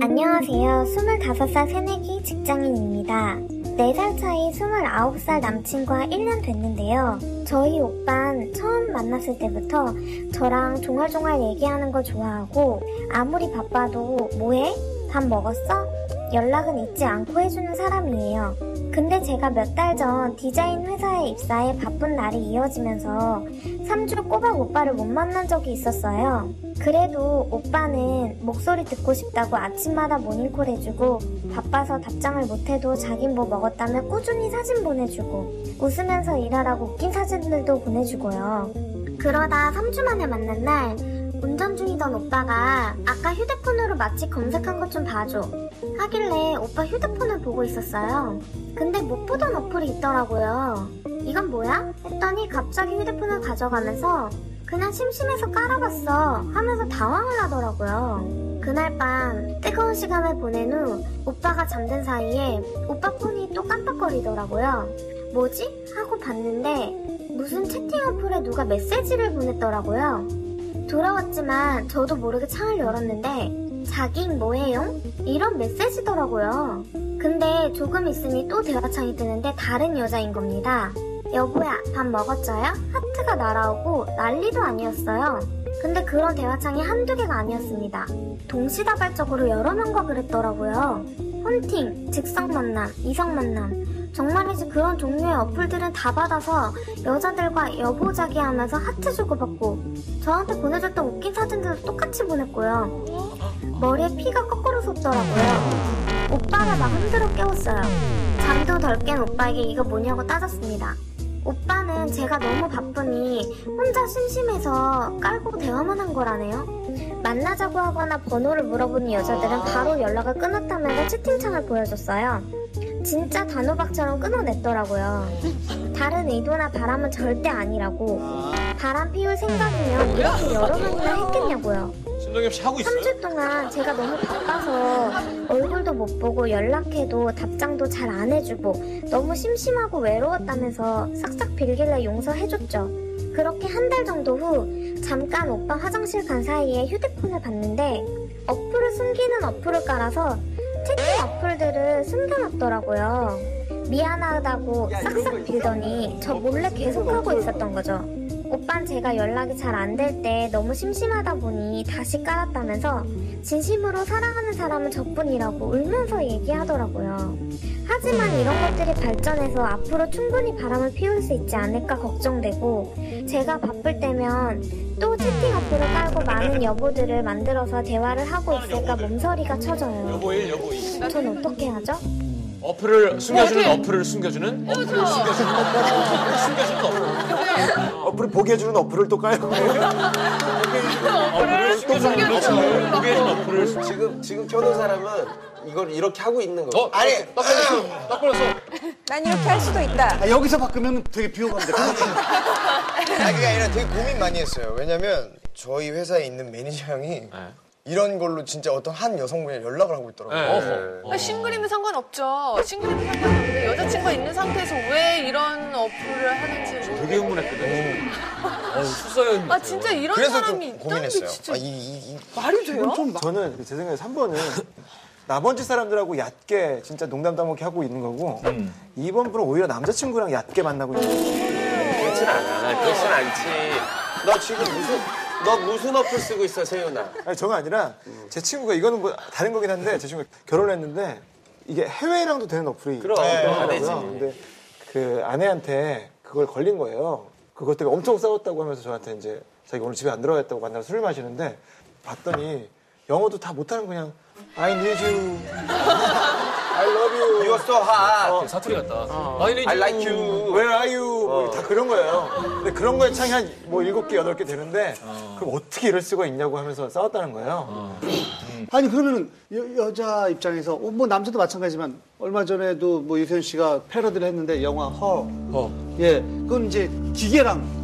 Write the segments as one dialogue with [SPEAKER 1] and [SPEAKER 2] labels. [SPEAKER 1] 안녕하세요. 25살 새내기 직장인입니다. 4살 차이 29살 남친과 1년 됐는데요. 저희 오빤 처음 만났을 때부터 저랑 종알종알 얘기하는 걸 좋아하고 아무리 바빠도 뭐해? 밥 먹었어? 연락은 잊지 않고 해주는 사람이에요. 근데 제가 몇 달 전 디자인 회사에 입사해 바쁜 날이 이어지면서 3주 꼬박 오빠를 못 만난 적이 있었어요. 그래도 오빠는 목소리 듣고 싶다고 아침마다 모닝콜 해주고 바빠서 답장을 못해도 자긴 뭐 먹었다며 꾸준히 사진 보내주고 웃으면서 일하라고 웃긴 사진들도 보내주고요. 그러다 3주 만에 만난 날 운전 중이던 오빠가 아까 휴대폰으로 마치 검색한 것 좀 봐줘 하길래 오빠 휴대폰을 보고 있었어요. 근데 못 보던 어플이 있더라고요. 이건 뭐야? 했더니 갑자기 휴대폰을 가져가면서 그냥 심심해서 깔아봤어 하면서 당황을 하더라고요. 그날 밤 뜨거운 시간을 보낸 후 오빠가 잠든 사이에 오빠 폰이 또 깜빡거리더라고요. 뭐지? 하고 봤는데 무슨 채팅 어플에 누가 메시지를 보냈더라고요. 돌아왔지만 저도 모르게 창을 열었는데 자긴 뭐해요? 이런 메시지더라고요. 근데 조금 있으니 또 대화창이 뜨는데 다른 여자인 겁니다. 여보야, 밥 먹었어요? 하트가 날아오고 난리도 아니었어요. 근데 그런 대화창이 한두 개가 아니었습니다. 동시다발적으로 여러 명과 그랬더라고요. 헌팅, 즉석 만남, 이성 만남. 정말이지 그런 종류의 어플들은 다 받아서 여자들과 여보자기 하면서 하트 주고받고 저한테 보내줬던 웃긴 사진들도 똑같이 보냈고요. 머리에 피가 거꾸로 솟더라고요. 오빠를 막 흔들어 깨웠어요. 잠도 덜 깬 오빠에게 이거 뭐냐고 따졌습니다. 오빠는 제가 너무 바쁘니 혼자 심심해서 깔고 대화만 한 거라네요. 만나자고 하거나 번호를 물어보는 여자들은 바로 연락을 끊었다면서 채팅창을 보여줬어요. 진짜 단호박처럼 끊어냈더라고요. 다른 의도나 바람은 절대 아니라고. 바람 피울 생각이면 이렇게 여러 번이나 했겠냐고요.
[SPEAKER 2] 신동엽 씨 하고 있어요?
[SPEAKER 1] 3주 동안 제가 너무 바빠서 얼굴도 못 보고 연락해도 답장도 잘 안 해주고 너무 심심하고 외로웠다면서 싹싹 빌길래 용서해줬죠. 그렇게 한 달 정도 후 잠깐 오빠 화장실 간 사이에 휴대폰을 봤는데 어플을 숨기는 어플을 깔아서 채팅 어플들을 숨겨놨더라고요. 미안하다고 싹싹 빌더니 저 몰래 계속하고 있었던 거죠. 오빤 제가 연락이 잘 안 될 때 너무 심심하다 보니 다시 깔았다면서 진심으로 사랑하는 사람은 저뿐이라고 울면서 얘기하더라고요. 하지만 이런 것들이 발전해서 앞으로 충분히 바람을 피울 수 있지 않을까 걱정되고 제가 바쁠 때면 또 채팅 어플을 깔고 많은 여보들을 만들어서 대화를 하고 있을까 몸서리가 쳐져요.
[SPEAKER 2] 여보 1, 여보 2.
[SPEAKER 1] 전 어떻게 하죠?
[SPEAKER 2] 어플을 숨겨주는 어플을 숨겨주는 어플을 숨겨주는 어플을 숨겨주는 어플.
[SPEAKER 3] 어플을 보게 해주는 어플을 또 깔고
[SPEAKER 2] 어플을 숨겨주는 어플을 숨겨주는 어플을 숨-
[SPEAKER 4] 지금 지금 켜놓은 사람은 이걸 이렇게 하고 있는 거예요.
[SPEAKER 2] 어? 아니 떡 걸렸어. 떡 걸렸어.
[SPEAKER 5] 난 이렇게 할 수도 있다.
[SPEAKER 3] 음. 아, 여기서 바꾸면 되게 비호감인데
[SPEAKER 6] 아 그게 아니라 되게 고민 많이 했어요. 왜냐면 저희 회사에 있는 매니저 형이 이런 걸로 진짜 어떤 한 여성분이 연락을 하고 있더라고요.
[SPEAKER 2] 어허.
[SPEAKER 6] 네.
[SPEAKER 5] 아, 싱글이면 상관없죠. 싱글이면 상관없는데 여자친구가 있는 상태에서 왜 이런 어플을 하는지.
[SPEAKER 2] 되게 흥분했거든. 어우 수사연.
[SPEAKER 5] 아 진짜 이런
[SPEAKER 6] 그래서
[SPEAKER 5] 사람이
[SPEAKER 6] 좀
[SPEAKER 5] 있다는
[SPEAKER 6] 고민했어요.
[SPEAKER 5] 게 진짜
[SPEAKER 6] 아, 이, 이, 이.
[SPEAKER 5] 말이 돼요?
[SPEAKER 3] 저는 제 생각에 3번은 나머지 사람들하고 얕게 진짜 농담 따먹게 하고 있는 거고 2번 분은 오히려 남자친구랑 얕게 만나고 있는 거예요.
[SPEAKER 4] 그렇진 않아. 그렇진 않지. 너 지금 무슨 너 무슨 어플 쓰고 있어, 세윤아?
[SPEAKER 3] 아니 저가 아니라 제 친구가 이거는 뭐 다른 거긴 한데 제 친구가 결혼했는데 네. 이게 해외랑도 되는 어플이
[SPEAKER 4] 그럼,
[SPEAKER 3] 있더라고요.
[SPEAKER 4] 안 되지.
[SPEAKER 3] 근데 그 아내한테 그걸 걸린 거예요. 그것 때문에 엄청 싸웠다고 하면서 저한테 이제 자기 오늘 집에 안 들어가겠다고 만나서 술 마시는데 봤더니 영어도 다 못하는 그냥 I need you, I love you,
[SPEAKER 4] 이거 써 하.
[SPEAKER 2] 아, 사투리 같다. 아니
[SPEAKER 4] I like you.
[SPEAKER 3] Where are you?
[SPEAKER 4] 어.
[SPEAKER 3] 뭐다 그런 거예요. 근데 그런 거에 창이 한 뭐 일곱 개 여덟 개 되는데 그럼 어떻게 이럴 수가 있냐고 하면서 싸웠다는 거예요.
[SPEAKER 4] 어.
[SPEAKER 7] 아니 그러면은 여, 자 입장에서 어, 뭐 남자도 마찬가지지만 얼마 전에도 뭐 유세윤 씨가 패러디를 했는데 영화 허. 예. 그건 이제 기계랑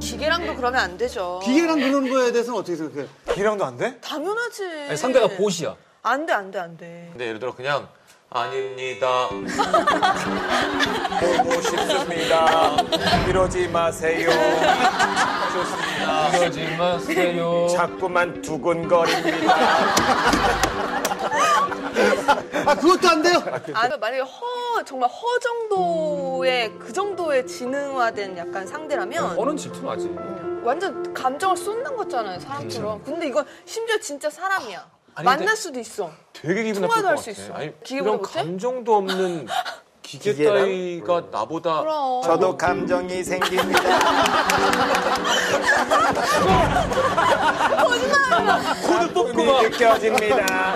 [SPEAKER 5] 기계랑도 그러면 안 되죠.
[SPEAKER 7] 기계랑 그런 거에 대해서는 어떻게 생각해요?
[SPEAKER 3] 기랑도 안 돼?
[SPEAKER 5] 당연하지.
[SPEAKER 8] 상대가 보시야.
[SPEAKER 5] 안돼 안돼 안돼.
[SPEAKER 2] 근데 예를 들어 그냥 아닙니다. 보고 싶습니다. 이러지 마세요. 좋습니다.
[SPEAKER 8] 그러지 마세요.
[SPEAKER 4] 자꾸만 두근거립니다.
[SPEAKER 7] 아 그것도 안 돼요.
[SPEAKER 5] 아, 만약에 허, 정말 허 정도의, 그 정도의 지능화된 약간 상대라면
[SPEAKER 8] 어는 질투나지.
[SPEAKER 5] 완전 감정을 쏟는 거잖아요, 사람처럼. 근데 이건 심지어 진짜 사람이야.
[SPEAKER 2] 아니, 근데-
[SPEAKER 5] 만날 수도 있어.
[SPEAKER 2] 되게 기분
[SPEAKER 5] 통화도
[SPEAKER 2] 나쁠 것
[SPEAKER 5] 할
[SPEAKER 2] 같
[SPEAKER 5] 수
[SPEAKER 2] 아
[SPEAKER 5] 있어.
[SPEAKER 2] 아니,
[SPEAKER 5] 기계보다
[SPEAKER 2] 이런
[SPEAKER 5] 못해?
[SPEAKER 2] 감정도 없는 기계
[SPEAKER 3] 기계랑?
[SPEAKER 2] 따위가 나보다
[SPEAKER 5] 그럼.
[SPEAKER 9] 저도 감정이 생깁니다.
[SPEAKER 2] 코드 뽑고 막
[SPEAKER 4] 느껴집니다.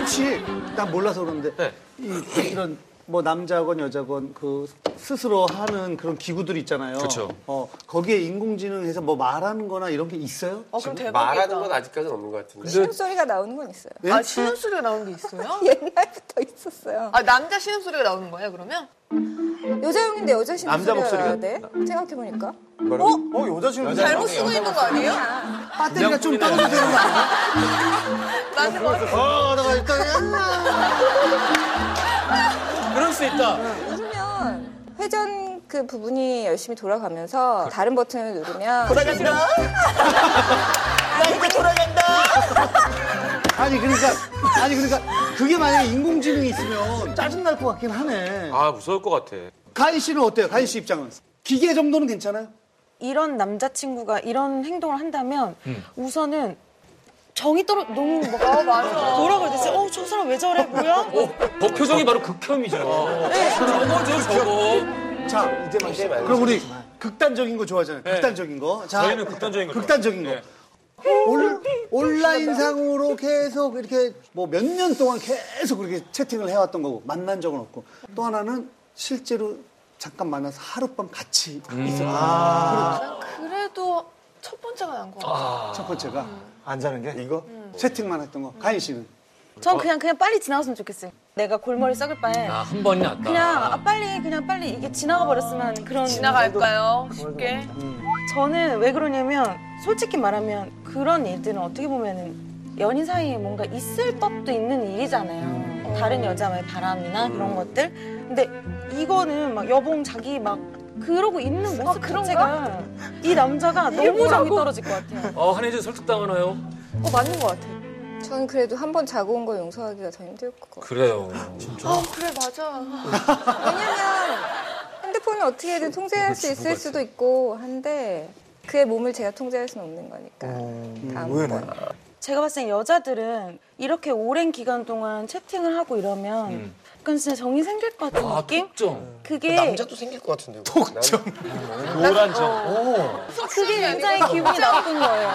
[SPEAKER 7] 혹시 난 몰라서 그러는데 이, 이런 뭐 남자건 여자건 그 스스로 하는 그런 기구들이 있잖아요.
[SPEAKER 2] 그쵸.
[SPEAKER 7] 어 거기에 인공지능해서 뭐 말하는거나 이런 게 있어요?
[SPEAKER 5] 어, 그럼 대박이다.
[SPEAKER 4] 말하는 건 아직까지는 없는 것 같은데.
[SPEAKER 10] 소리가 나오는 건 있어요. 예.
[SPEAKER 5] 아, 신음소리가 나오는 게 있어요?
[SPEAKER 10] 옛날부터 있었어요.
[SPEAKER 5] 아, 남자 신음소리가 나오는 거예요, 그러면?
[SPEAKER 10] 여자용인데 여자 신음
[SPEAKER 4] 남자
[SPEAKER 10] 소리가
[SPEAKER 4] 목소리가
[SPEAKER 10] 나야 돼? 생각해보니까.
[SPEAKER 6] 어 여자
[SPEAKER 3] 네,
[SPEAKER 6] 친구
[SPEAKER 5] 잘못 쓰고 있는 거 아니에요?
[SPEAKER 7] 배터리가 좀 떨어져야 되는 거 아니야?
[SPEAKER 5] 나는 뭐,
[SPEAKER 7] 어, 내가 일단 아,
[SPEAKER 2] 그럴 수 있다.
[SPEAKER 10] 요즘은 회전 그 부분이 열심히 돌아가면서 다른 버튼을 누르면 돌아간다.
[SPEAKER 7] 아니 그러니까 아니 그러니까 그게 만약에 인공지능이 있으면 짜증날 것 같긴 하네.
[SPEAKER 2] 아, 무서울 것 같아.
[SPEAKER 7] 가인 씨는 어때요? 가인 씨 입장은 기계 정도는 괜찮아요?
[SPEAKER 11] 이런 남자친구가 이런 행동을 한다면 우선은 정이 떨어 너무 막 아, 맞아. 뭐라 그래야 되지? 어, 저 사람 왜 저래? 뭐야?
[SPEAKER 8] 어, 저 표정이 바로 극혐이잖아. 저거죠, 저거.
[SPEAKER 7] 자 이제 그럼 우리 극단적인 거 좋아하잖아요. 극단적인 거. 자,
[SPEAKER 2] 네. 저희는 극단적인 거 네.
[SPEAKER 7] 극단적인 거. 온, 온라인상으로 계속 이렇게 뭐 몇 년 동안 계속 그렇게 채팅을 해왔던 거고 만난 적은 없고 또 하나는 실제로 잠깐 만나서 하룻밤 같이
[SPEAKER 2] 음.
[SPEAKER 7] 있었던
[SPEAKER 2] 아.
[SPEAKER 5] 난 그래도 첫 번째가 난 거 같아.
[SPEAKER 7] 첫 번째가
[SPEAKER 3] 안 자는 게 이거?
[SPEAKER 2] 음.
[SPEAKER 7] 채팅만 했던 거 가인 씨는
[SPEAKER 11] 전 그냥 그냥 빨리 지나갔으면 좋겠어요. 내가 골머리 썩을 바에
[SPEAKER 8] 아, 한 번이 낫다.
[SPEAKER 11] 그냥 아, 빨리 그냥 빨리 이게 지나가 버렸으면 그런
[SPEAKER 5] 지나갈까요? 쉽게?
[SPEAKER 11] 저는 왜 그러냐면 솔직히 말하면 그런 일들은 어떻게 보면은 연인 사이에 뭔가 있을 법도 있는 일이잖아요. 다른 여자와의 바람이나 그런 것들. 근데 이거는 막 여봉 자기 막 어, 그러고 있는 모습 자체가 이 남자가 너무 정이 떨어질 것 같아요.
[SPEAKER 8] 어, 한혜진 설득당하나요?
[SPEAKER 11] 어 맞는 것 같아요.
[SPEAKER 10] 전 그래도 한 번 자고 온 거 용서하기가 더 힘들 것 같아요.
[SPEAKER 8] 그래요.
[SPEAKER 5] 아, 그래, 맞아.
[SPEAKER 10] 왜냐면 핸드폰을 어떻게든 통제할 수 있을 수도 있고 한데 그의 몸을 제가 통제할 수는 없는 거니까. 다음번.
[SPEAKER 11] 제가 봤을 땐 여자들은 이렇게 오랜 기간 동안 채팅을 하고 이러면 약간 진짜 정이 생길 것 같은
[SPEAKER 8] 아,
[SPEAKER 11] 느낌?
[SPEAKER 8] 독점.
[SPEAKER 11] 그게
[SPEAKER 6] 남자도 생길 것 같은데 독점
[SPEAKER 2] 노란 점.
[SPEAKER 11] 어. 그게 굉장히 기분이 나쁜 거예요.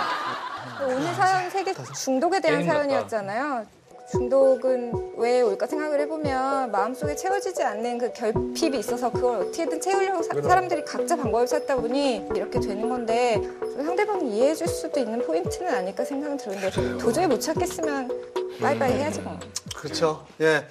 [SPEAKER 10] 오늘 사연 세개 중독에 대한
[SPEAKER 8] 게임 같다.
[SPEAKER 10] 사연이었잖아요. 중독은 왜 올까 생각을 해보면 마음속에 채워지지 않는 그 결핍이 있어서 그걸 어떻게든 채우려고 사, 람들이 각자 방법을 찾다 보니 이렇게 되는 건데 상대방이 이해해 줄 수도 있는 포인트는 아닐까 생각은 드는데 도저히 못 찾겠으면 빠이빠이 해야지 뭐.
[SPEAKER 7] 그렇죠. 예.